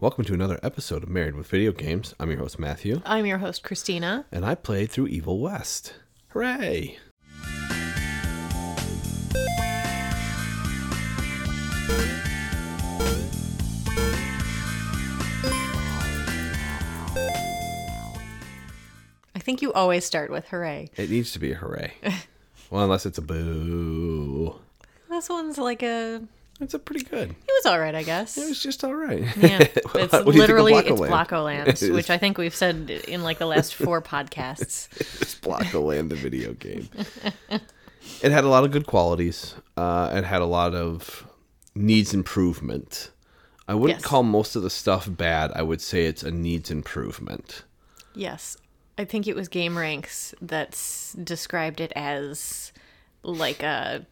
Welcome to another episode of Married with Video Games. I'm your host, Matthew, I'm your host, Christina. and I played through Evil West. Hooray! I think you always start with hooray. It needs to be a hooray. well, unless it's a boo. This one's like a. It It's a pretty good. was all right, I guess. It was just all right. yeah. Well, It's what do you think of literally Blockoland? it's Blocko Lands, It is. which I think we've said in like the last four podcasts. It's Block the Land, the video game. it had a lot of good qualities. Uh, it had a lot of needs improvement. I wouldn't Yes. call most of the stuff bad. I would say it's a needs improvement. Yes, I think it was Game Ranks that's described it as like a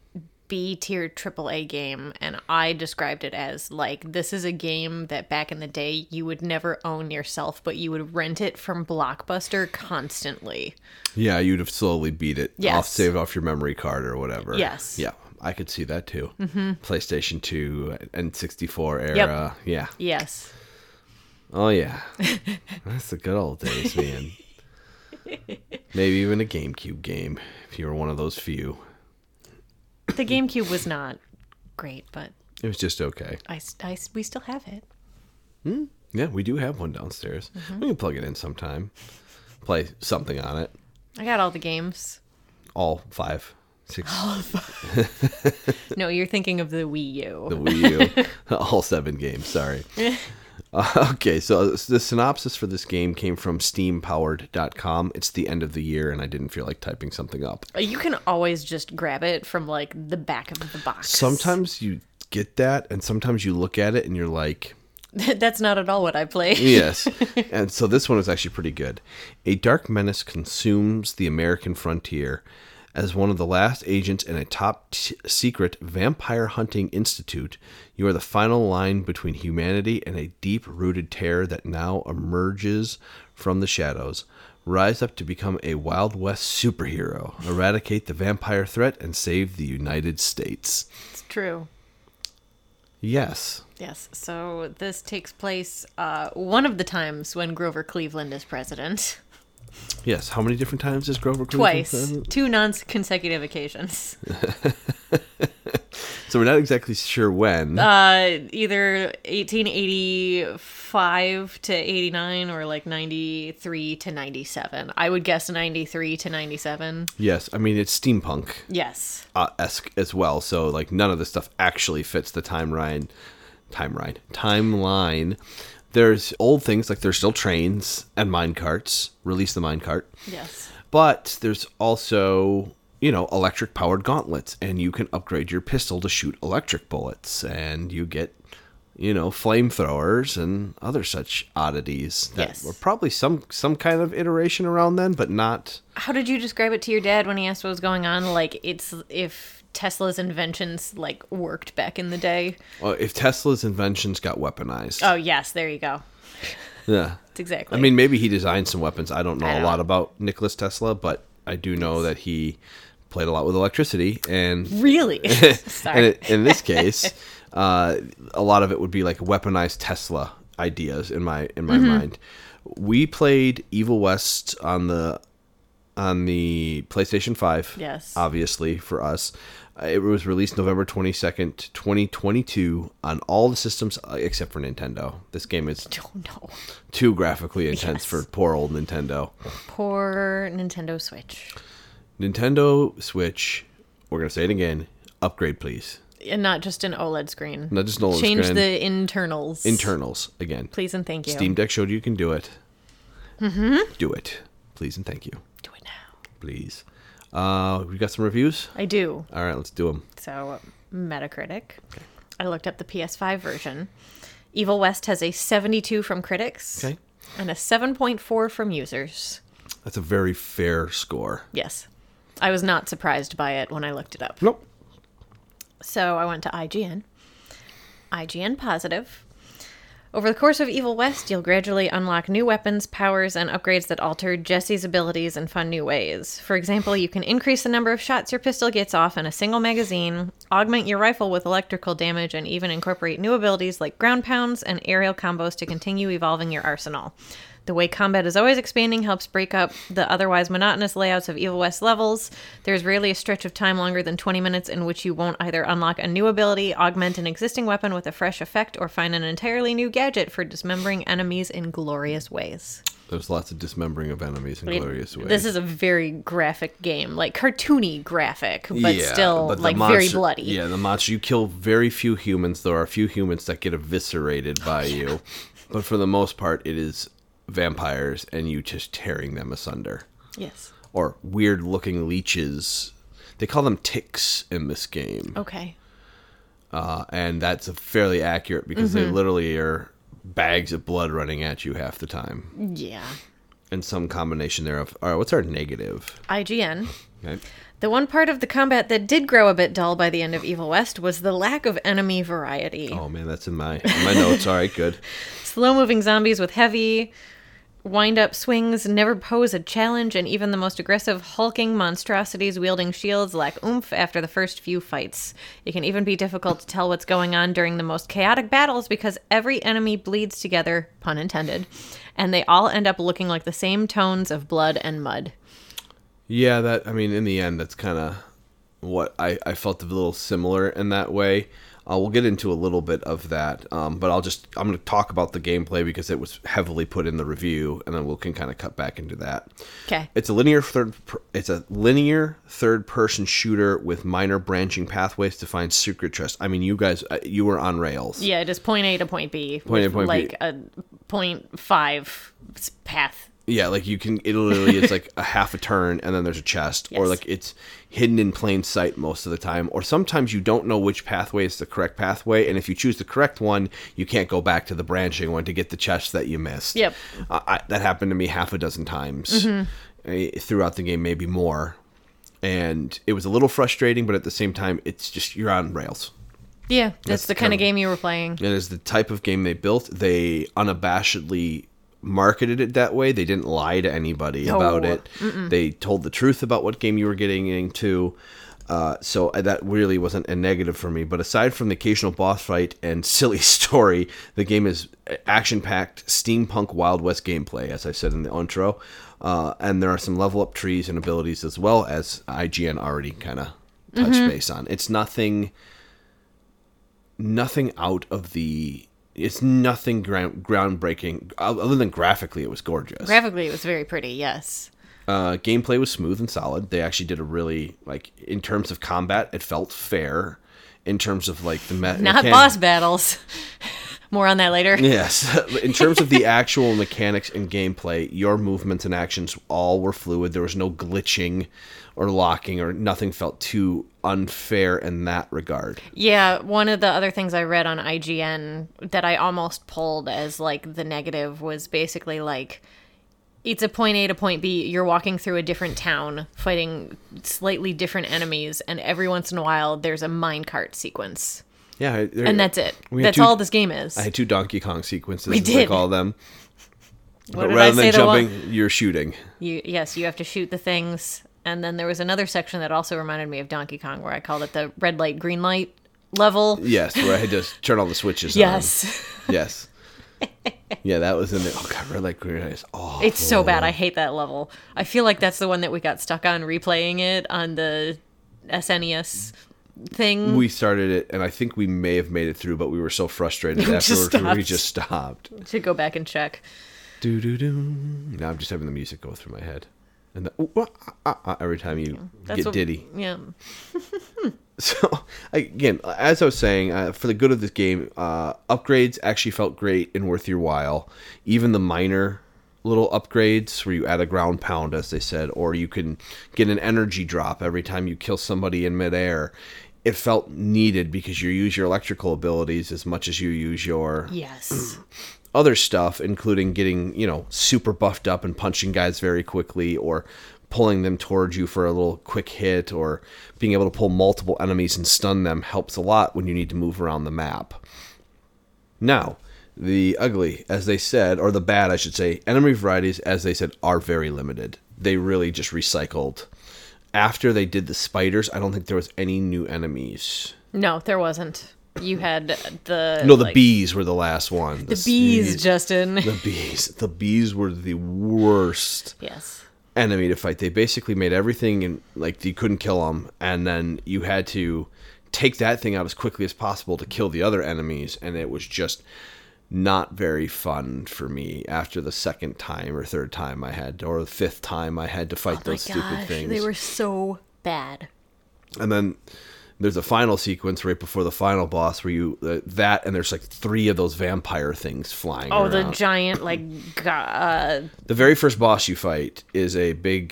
B tier AAA game, and I described it as like this is a game that back in the day you would never own yourself, but you would rent it from Blockbuster constantly. Yeah, you'd have slowly beat it Yes. off, saved off your memory card or whatever. Yes. Yeah, I could see that too. Mm-hmm. PlayStation 2 and 64 era. Yeah. Yes. Oh, yeah. That's the good old days, man. Maybe even a GameCube game if you were one of those few. The GameCube was not great, but It was just okay. I, s- I s- we still have it. Yeah, we do have one downstairs. Mm-hmm. We can plug it in sometime, play something on it. I got all the games. All five, six, No, you're thinking of the Wii U. the Wii U, all seven games. Sorry. Uh, okay, so the synopsis for this game came from steampowered.com. It's the end of the year, and I didn't feel like typing something up. You can always just grab it from like the back of the box. Sometimes you get that, and sometimes you look at it and you're like, That's not at all what I play. yes. and so this one was actually pretty good. A dark menace consumes the American frontier as one of the last agents in a top t- secret vampire hunting institute. You are the final line between humanity and a deep rooted terror that now emerges from the shadows. Rise up to become a Wild West superhero, eradicate the vampire threat, and save the United States. It's true. Yes. Yes. So this takes place uh, one of the times when Grover Cleveland is president. Yes. How many different times is Grover Cleveland Twice. Two non consecutive occasions. So we're not exactly sure when. Uh, either 1885 to 89 or like 93 to 97. I would guess 93 to 97. Yes, I mean it's steampunk Yes. uh, esque as well. So like none of this stuff actually fits the time ride, time ride, timeline. There's old things like there's still trains and mine carts. Release the mine cart, Yes. but there's also you know electric powered gauntlets, and you can upgrade your pistol to shoot electric bullets, and you get you know flamethrowers and other such oddities that Yes. were probably some some kind of iteration around then, but not How did you describe it to your dad when he asked what was going on? Like it's if Tesla's inventions like worked back in the day. Well, if Tesla's inventions got weaponized, Oh yes, there you go. yeah. That's exactly. I mean, maybe he designed some weapons. I don't know I a don't lot know. about Nicholas Tesla, but I do know that he played a lot with electricity, and really. and Sorry. it, in this case, uh, a lot of it would be like weaponized Tesla ideas in my in Mm-hmm. my mind. We played Evil West on the on the PlayStation Five. Yes. obviously for us. Uh, It was released November 22nd, 2022 on all the systems uh, except for Nintendo. This game is Oh no. too graphically intense Yes. for poor old Nintendo. Poor Nintendo Switch. Nintendo Switch, we're going to say it again, upgrade please. And not just an OLED screen. Not just an OLED Change screen. the internals. Internals again. Please and thank you. Steam Deck showed you can do it. Mm-hmm. Do it. Please and thank you. Do it now. Please. Uh, we got some reviews? I do. All right, let's do them. So, Metacritic. I looked up the PS5 version. Evil West has a 72 from critics Okay. and a 7.4 from users. That's a very fair score. Yes. I was not surprised by it when I looked it up. Nope. So I went to IGN. IGN positive. Over the course of Evil West, you'll gradually unlock new weapons, powers, and upgrades that alter Jesse's abilities in fun new ways. For example, you can increase the number of shots your pistol gets off in a single magazine, augment your rifle with electrical damage, and even incorporate new abilities like ground pounds and aerial combos to continue evolving your arsenal. The way combat is always expanding helps break up the otherwise monotonous layouts of Evil West levels. There's rarely a stretch of time longer than 20 minutes in which you won't either unlock a new ability, augment an existing weapon with a fresh effect, or find an entirely new gadget for dismembering enemies in glorious ways. There's lots of dismembering of enemies in It- glorious ways. This is a very graphic game, like cartoony graphic, but Yeah, still but the like very monster- bloody. Yeah, the monster. You kill very few humans. There are a few humans that get eviscerated by you, but for the most part, it is vampires and you just tearing them asunder Yes. or weird-looking leeches. They call them ticks in this game, Okay. uh, and that's fairly accurate because they literally are bags of blood running at you half the time, Yeah. and some combination thereof. All right, what's our negative? IGN. Okay. The one part of the combat that did grow a bit dull by the end of Evil West was the lack of enemy variety. Oh man, that's in my in my notes. All right, good. Slow moving zombies with heavy wind up swings never pose a challenge, and even the most aggressive, hulking monstrosities wielding shields lack oomph after the first few fights. It can even be difficult to tell what's going on during the most chaotic battles because every enemy bleeds together, pun intended, and they all end up looking like the same tones of blood and mud. Yeah, that I mean, in the end, that's kind of what I I felt a little similar in that way. Uh, we'll get into a little bit of that, um, but I'll just I'm going to talk about the gameplay because it was heavily put in the review, and then we can kind of cut back into that. Okay. It's a linear third. per- It's a linear third-person shooter with minor branching pathways to find secret chests. I mean, you guys, uh, you were on rails. Yeah, just point A to point B. Point A, with, point B. like a point five s- path. Yeah, like you can. It literally is like a half a turn, and then there's a chest, or Yes. like it's hidden in plain sight most of the time. Or sometimes you don't know which pathway is the correct pathway, and if you choose the correct one, you can't go back to the branching one to get the chest that you missed. Yep. I, I, that happened to me half a dozen times Mm-hmm. eh, throughout the game, maybe more. And it was a little frustrating, but at the same time, it's just you're on rails. Yeah, that's, the kind kind of of- game you were playing. It is the type of game they built. They unabashedly marketed it that way. They didn't lie to anybody about it. They told the truth about what game you were getting into. Uh, so I- that really wasn't a negative for me. But aside from the occasional boss fight and silly story, the game is uh, action-packed, steampunk Wild West gameplay, as I said in the intro. Uh, and there are some level-up trees and abilities as well as IGN already kind of touched base on. It's nothing nothing out of the it's nothing ground, groundbreaking other than graphically it was gorgeous Graphically, it was very pretty, yes. uh, gameplay was smooth and solid they actually did a really like in terms of combat it felt fair in terms of like the me- Not mechan- boss battles. More on that later. yes in terms of the actual mechanics and gameplay your movements and actions all were fluid there was no glitching or locking or nothing felt too unfair in that regard Yeah, one of the other things I read on IGN that I almost pulled as like the negative was basically like it's a point A to point B. You're walking through a different town, fighting slightly different enemies, and every once in a while there's a minecart sequence. yeah there- And that's it. we had That's two- all this game is. I had two Donkey Kong sequences, We as I did. call them. what but did I rather say than the one- jumping, you're shooting. You yes, you have to shoot the things. And then there was another section that also reminded me of Donkey Kong where I called it the red light, green light level. Yes, where I had to turn all the switches Yes. on. Yes. Yeah, that was in the oh god, red light, green Oh. light. is awful. It's so bad. I hate that level. I feel like that's the one that we got stuck on replaying it on the SNES thing. we started it, and I think we may have made it through, but we were so frustrated just afterwards we stopped. just stopped. Should go back and check. Do do do. Now I'm just having the music go through my head, and the, ooh, ah, ah, ah, ah, every time you That's get what, diddy. Yeah. So again, as I was saying, uh, for the good of this game, uh, upgrades actually felt great and worth your while. Even the minor little upgrades, where you add a ground pound, as they said, or you can get an energy drop every time you kill somebody in midair. It felt needed because you use your electrical abilities as much as you use your Yes. other stuff, including getting, you know, super buffed up and punching guys very quickly or pulling them towards you for a little quick hit or being able to pull multiple enemies and stun them helps a lot when you need to move around the map. Now, The ugly, as they said, or the bad, I should say, enemy varieties, as they said, are very limited. They really just recycled. After they did the spiders, I don't think there was any new enemies. No, there wasn't. You had the No, the like, bees were the last one. the bees, just Justin. the bees. The bees were the worst. yes. enemy to fight. They basically made everything and like you couldn't kill them, and then you had to take that thing out as quickly as possible to kill the other enemies, and it was just not very fun for me after the second time or third time I had or the fifth time I had to fight Oh My those stupid gosh, things. they were so bad. And then there's a final sequence right before the final boss where you uh, that and there's like three of those vampire things flying Oh, the around. giant like go- uh, The very first boss you fight is a big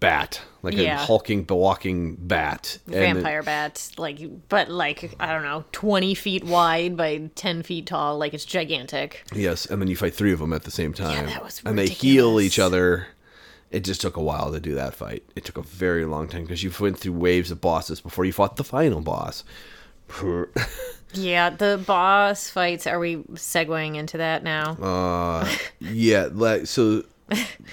bat, like Yeah. a hulking, walking bat. And it- vampire bats, like but like I don't know, twenty feet wide by ten feet tall. Like it's gigantic. yes, and then you fight three of them at the same time. that was and they heal ridiculous. each other. It just took a while to do that fight. It took a very long time because you went through waves of bosses before you fought the final boss. Yeah, the boss fights. Are we segueing into that now? Uh, yeah, like so.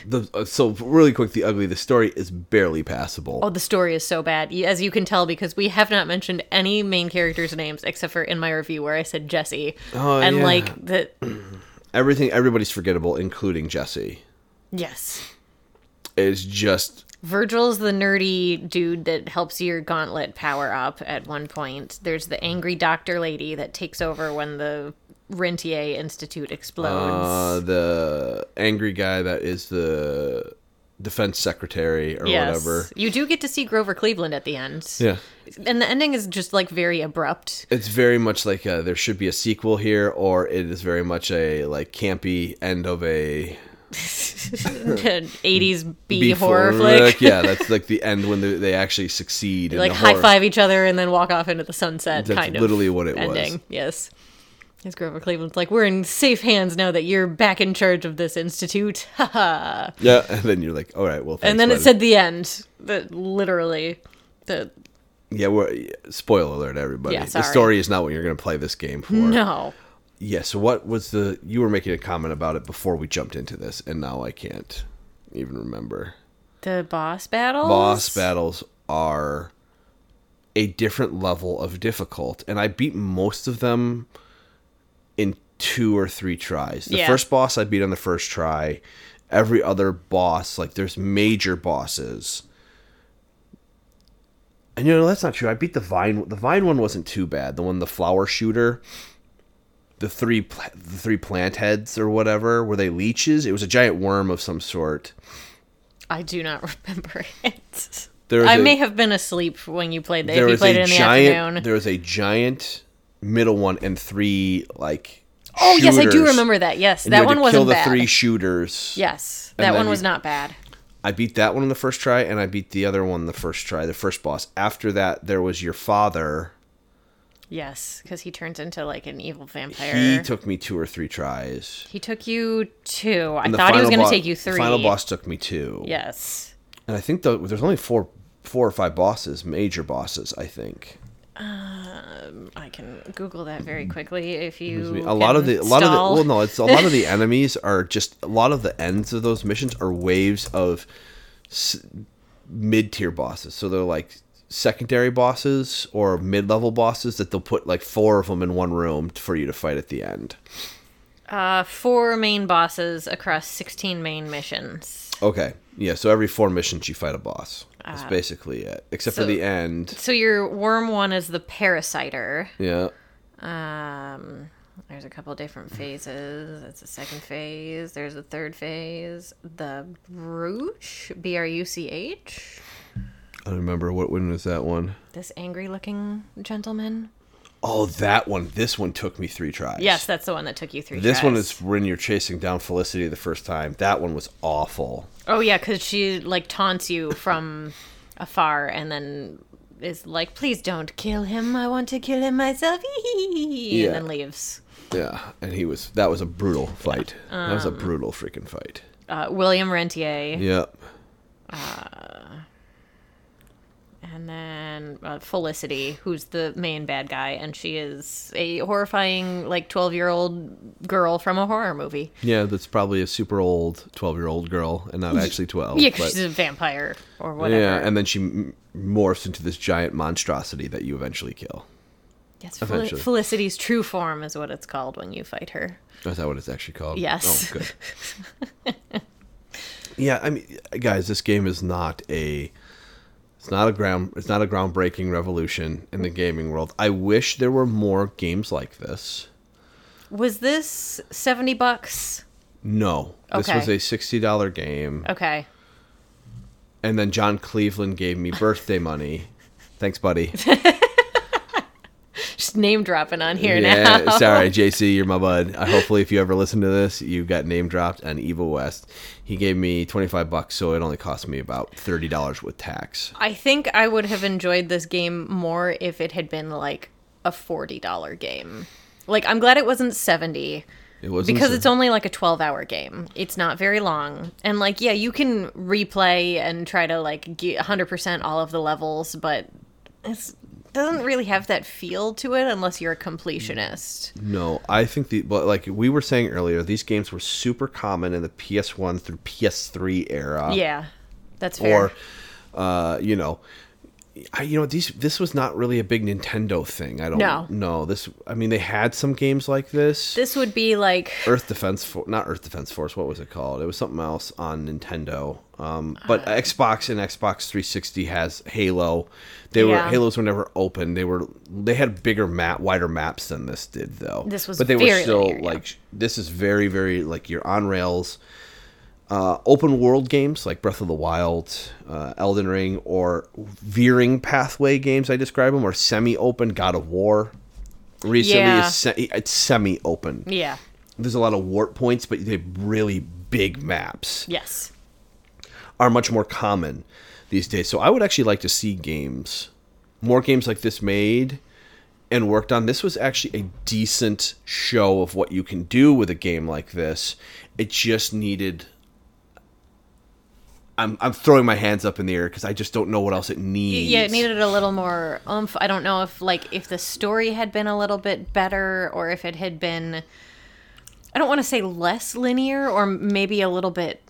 The uh, so really quick, the ugly. The story is barely passable. Oh, the story is so bad, y- as you can tell, because we have not mentioned any main characters' names except for in my review where I said Jesse, Oh, and yeah. like the Everything, everybody's forgettable, including Jesse. yes, It's just Virgil's the nerdy dude that helps your gauntlet power up at one point. There's the angry doctor lady that takes over when the Rentier Institute explodes. Uh, the angry guy that is the defense secretary or yes, whatever. you do get to see Grover Cleveland at the end, Yeah. and the ending is just like very abrupt. It's very much like uh there should be a sequel here, or it is very much a like campy end of a 80s B, B E horror flick. yeah, that's like the end when they, they actually succeed. in like the high horror. five each other and then walk off into the sunset. That's kind of literally what it was. ending. Yes, as Grover Cleveland's like, we're in safe hands now that you're back in charge of this institute. Ha ha. Yeah, and then you're like, all right, well. Thanks, and then it bud." said the end. That literally, the yeah. We're, spoiler alert, everybody. Yeah, the sorry. story is not what you're going to play this game for. no. Yeah. So what was the? You were making a comment about it before we jumped into this, and now I can't even remember. The boss battle. boss battles are a different level of difficult and i beat most of them in two or three tries the Yeah. first boss i beat on the first try every other boss like there's major bosses and you know that's not true i beat the vine the vine one wasn't too bad the one the flower shooter the three pla- the three plant heads or whatever were they leeches it was a giant worm of some sort I do not remember it. There was I a- may have been asleep when you played that. there If you was played a it in the giant, afternoon. There was a giant middle one and three like. oh yes, I do shooters. remember that. Yes, And that you had one to wasn't kill the bad. three shooters. Yes, And that then one you- was not bad. I beat that one on the first try, and I beat the other one the first try, the first boss. After that, there was your father. Yes, because he turns into like an evil vampire. He took me two or three tries. He took you two. I And the thought he final was going to bo- take you the three. final boss took me two. Yes. And I think the, there's only four, four or five bosses, major bosses. I think. I can Google that very quickly if I you. mean, a lot of can the a lot of the stall. well no it's a lot of the enemies are just a lot of the ends of those missions are waves of s- mid-tier bosses so they're like secondary bosses or mid-level bosses that they'll put like four of them in one room t- for you to fight at the end Uh, four main bosses across 16 main missions. okay yeah so every four missions you fight a boss that's basically it except for Ah. so- the end So your worm one is the parasiter. yeah Um, there's a couple different phases. That's the second phase. There's a third phase. The brooch, B R U C H. i don't remember what when was that one This angry looking gentleman. Oh, that one. This one took me three tries. Yes, that's the one that took you three. This one tries. is when you're chasing down Felicity the first time. That one was awful. Oh yeah, because she like taunts you from afar, and then is like, "Please don't kill him. I want to kill him myself." Yeah. And then leaves. Yeah, and he was that was a brutal fight. that Um. was a brutal freaking fight. Uh, William Rentier. Yep. Uh, and then uh, Felicity, who's the main bad guy, and she is a horrifying like twelve year old girl from a horror movie. Yeah, that's probably a super old 12 year old girl and not actually 12. Yeah, 'cause but- she's a vampire or whatever. yeah, e- and then she m- morphs into this giant monstrosity that you eventually kill. yes, Fel- eventually. Felicity's true form is what it's called when you fight her. Is that what it's actually called? Yes. Oh, good. yeah, I mean, guys, this game is not a. It's not a ground. It's not a groundbreaking revolution in the gaming world. I wish there were more games like this. Was this seventy bucks? No, this Okay. was a sixty dollar game, Okay. and then John Cleveland gave me birthday money. Thanks, buddy. Just name dropping on here yeah, now. sorry, JC, you're my bud. I, hopefully, if you ever listen to this, you got name dropped on Evil West. He gave me 25 bucks, so it only cost me about $30 with tax. I think I would have enjoyed this game more if it had been like a $40 game. Like I'm glad it wasn't 70 It was because it's only like a 12 hour game. It's not very long. And like yeah, you can replay and try to like get 100% all of the levels, but it doesn't really have that feel to it unless you're a completionist. no. I think the but like we were saying earlier, these games were super common in the PS1 through PS3 era. Yeah. That's fair. Oh. or uh, you know I, you know these this was not really a big Nintendo thing. I don't No. know. This I mean they had some games like this. this would be like Earth Defense Force, not Earth Defense Force. What was it called? It was something else on Nintendo. Um, Uh. but Xbox and Xbox 360 has Halo. They Yeah. were Halos were never open. They were they had bigger map, wider maps than this did though. This was but they were very still linear, yeah. like sh- this is very very like you're on rails. Uh, open world games like Breath of the Wild, uh, Elden Ring, or veering pathway games, I describe them, or semi open God of War. Recently, Yeah. is se- it's semi open yeah. there's a lot of warp points, but they really big maps Yes. are much more common these days. So I would actually like to see games, more games like this made and worked on. This was actually a decent show of what you can do with a game like this. It just needed. I'm, I'm throwing my hands up in the air because I just don't know what else it needs. Yeah, it needed a little more oomph. I don't know if like if the story had been a little bit better or if it had been I don't want to say less linear or maybe a little bit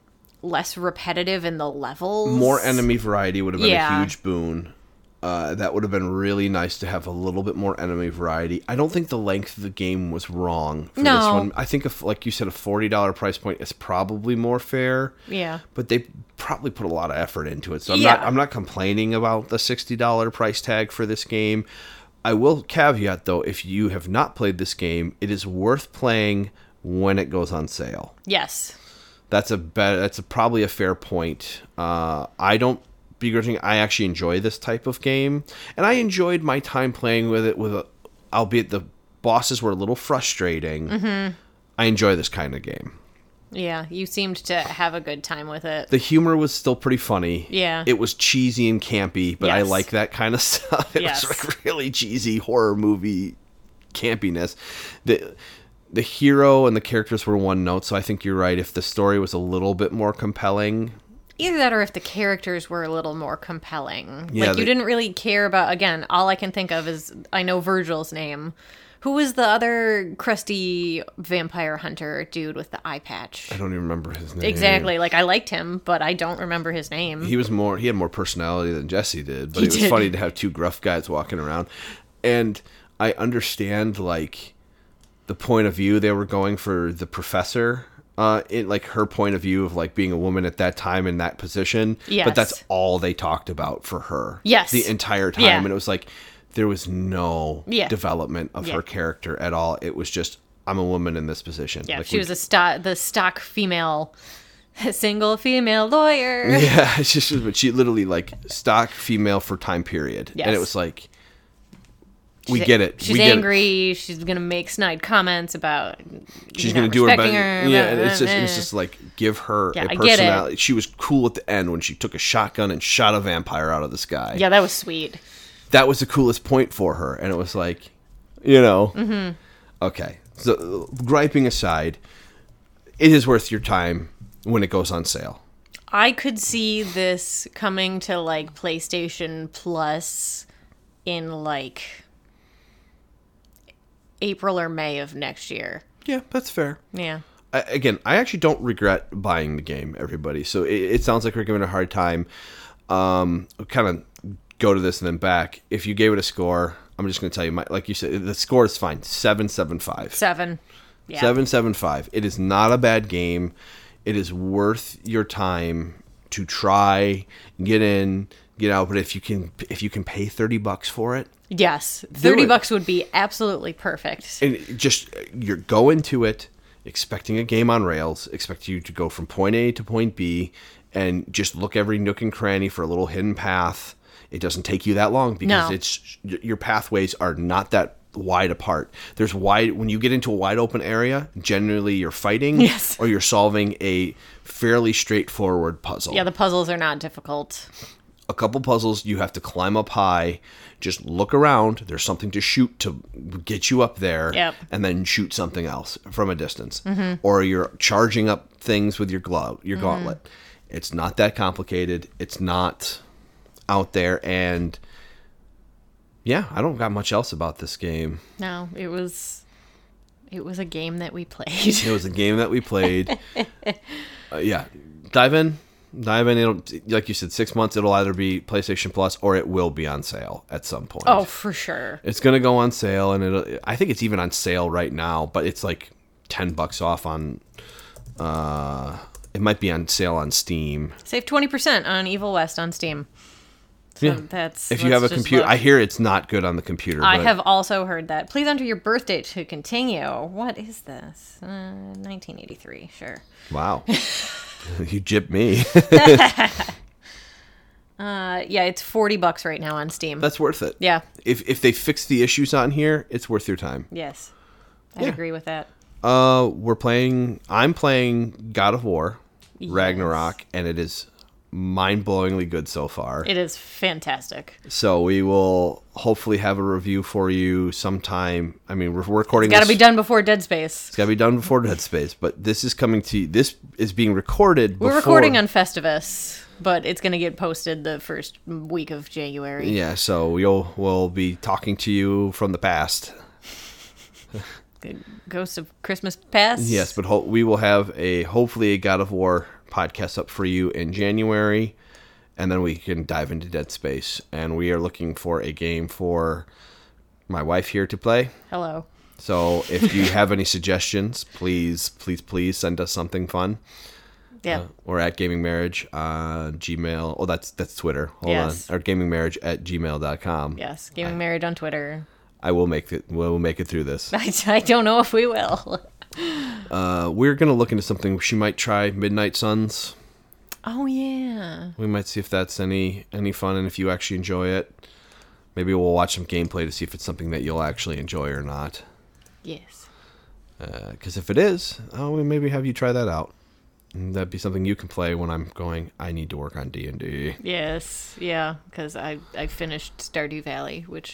less repetitive in the levels. more enemy variety would have been a Yeah. huge boon. Uh, that would have been really nice to have a little bit more enemy variety. I don't think the length of the game was wrong for this No. one. I think, if, like you said, a forty dollar price point is probably more fair. Yeah. But they probably put a lot of effort into it, so I'm not Yeah. I'm not complaining about the sixty dollar price tag for this game. I will caveat though, if you have not played this game, it is worth playing when it goes on sale Yes. that's a bet that's a, probably a fair point uh, i don't begrudging i actually enjoy this type of game and i enjoyed my time playing with it with a albeit the bosses were a little frustrating Mm-hmm. i enjoy this kind of game Yeah, you seemed to have a good time with it. the humor was still pretty funny Yeah. it was cheesy and campy but i Yes. like that kind of stuff it Yes. was like really cheesy horror movie campiness the the hero and the characters were one note so i think you're right if the story was a little bit more compelling Either that or if the characters were a little more compelling. Yeah, like they- you didn't really care about again, all I can think of is I know Virgil's name. Who was the other crusty vampire hunter dude with the eye patch? I don't even remember his name. Exactly. Like I liked him, but I don't remember his name. He was more. He had more personality than Jesse did, but He it was did. funny to have two gruff guys walking around. And I understand like the point of view they were going for the professor. Uh, in like her point of view of like being a woman at that time in that position, but Yes. that's all they talked about for her. Yes. the entire time, Yeah. and it was like there was no Yeah. development of Yeah. her character at all. It was just I'm a woman in this position. yeah, Like, she we- was a stock, the stock female, single female lawyer. Yeah, it's just but she literally like stock female for time period, and it Yes. was like we She's- get it. She's we get it. angry. She's gonna make snide comments about. She's not gonna do her best. respecting her, Yeah, and it's blah, just it's blah, just like give her Yeah, a I get it. personality. She was cool at the end when she took a shotgun and shot a vampire out of the sky. blah. Yeah, that was sweet. that was the coolest point for her, and it was like, you know, Mm-hmm. okay. So griping aside, it is worth your time when it goes on sale. I could see this coming to like PlayStation Plus in like April or May of next year. Yeah, that's fair. Yeah. I, again, I actually don't regret buying the game, everybody. So it, it sounds like we're giving it a hard time. Um, kind of go to this and then back. If you gave it a score, I'm just going to tell you, my, like you said, the score is fine. Seven seven five. Seven. Yeah. Seven seven five. It is not a bad game. It is worth your time to try, get in, get out. But if you can, if you can pay thirty bucks for it, Yes. 30 it. bucks would be absolutely perfect. and it just uh, you're go into it expecting a game on rails expect you to go from point a to point b and just look every nook and cranny for a little hidden path it doesn't take you that long because No. it's y- your pathways are not that wide apart there's wide when you get into a wide open area generally you're fighting Yes. or you're solving a fairly straightforward puzzle Yeah, the puzzles are not difficult. a couple puzzles you have to climb up high just look around there's something to shoot to get you up there Yep. Mm-hmm. and then shoot something else from a distance or you're charging up things with your glove your gauntlet it's not that complicated it's not out there and yeah i don't got much else about this game No, it was it was a game that we played. it was a game that we played Uh, yeah dive in dive in it'll like you said six months it'll either be playstation plus or it will be on sale at some point Oh, for sure. It's gonna go on sale, and it'll, I think it's even on sale right now. But it's like ten bucks off on. Uh, it might be on sale on Steam. Save 20% on Evil West on Steam. So Yeah. that's If you let's have a just computer, look. I hear it's not good on the computer. I but have also heard that. Please enter your birth date to continue. What is this? Uh, 1983, sure. Wow, you gypped me. Uh, yeah, it's 40 bucks right now on Steam. That's worth it. yeah. If if they fix the issues on here, it's worth your time. Yes. I Yeah. agree with that. Uh, we're playing. I'm playing God of War, Ragnarok, and it is mind-blowingly good so far. It is fantastic. So we will hopefully have a review for you sometime. I mean, we're we're recording. Got to this- be done before Dead Space. It's got to be done before Dead Space, but this is coming to this is being recorded. We're before- recording on Festivus, but it's going to get posted the first week of January. Yeah, so you'll we'll be talking to you from the past. The Ghost of Christmas Past. Yes, but ho- we will have a hopefully a God of War podcast up for you in January, and then we can dive into Dead Space. And we are looking for a game for my wife here to play. Hello. So if you have any suggestions, please, please, please send us something fun. Yeah. or at gaming marriage on gmail oh that's that's twitter hold Yes. on or gaming marriage at gmail.com yes. Gaming Married on Twitter. i will make it we'll make it through this I, I don't know if we will. uh, we're gonna look into something she might try midnight suns Oh, yeah. we might see if that's any any fun and if you actually enjoy it maybe we'll watch some gameplay to see if it's something that you'll actually enjoy or not Yes. because if it is oh we maybe have you try that out And that'd be something you can play when i'm going i need to work on d&d Yes, yeah, because I I finished Stardew Valley, which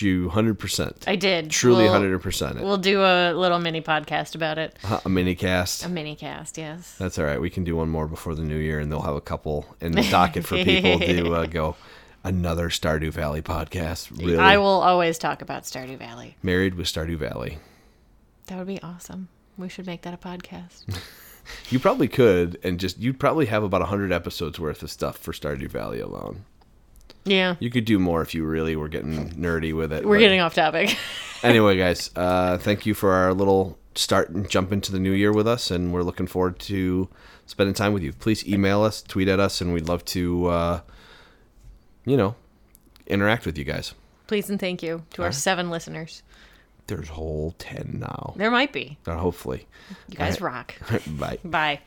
you 100% I did. truly We'll- 100% it. We'll do a little mini podcast about it. a mini cast A mini cast, yes. That's all right. We can do one more before the new year, and they'll have a couple in the docket for people to uh, go. Another Stardew Valley podcast. Really? I will always talk about Stardew Valley. Married with Stardew Valley. That would be awesome. We should make that a podcast. You probably could, and just you'd probably have about hundred episodes worth of stuff for Stardew Valley alone. Yeah. You could do more if you really were getting nerdy with it. We're but- getting off topic. anyway, guys. Uh, thank you for our little start and jump into the new year with us, and we're looking forward to spending time with you. Please email us, tweet at us, and we'd love to, uh, you know, interact with you guys. Please and thank you to our seven listeners. there's a whole 10 now. There might be. Now, hopefully. You guys rock. Bye. Bye.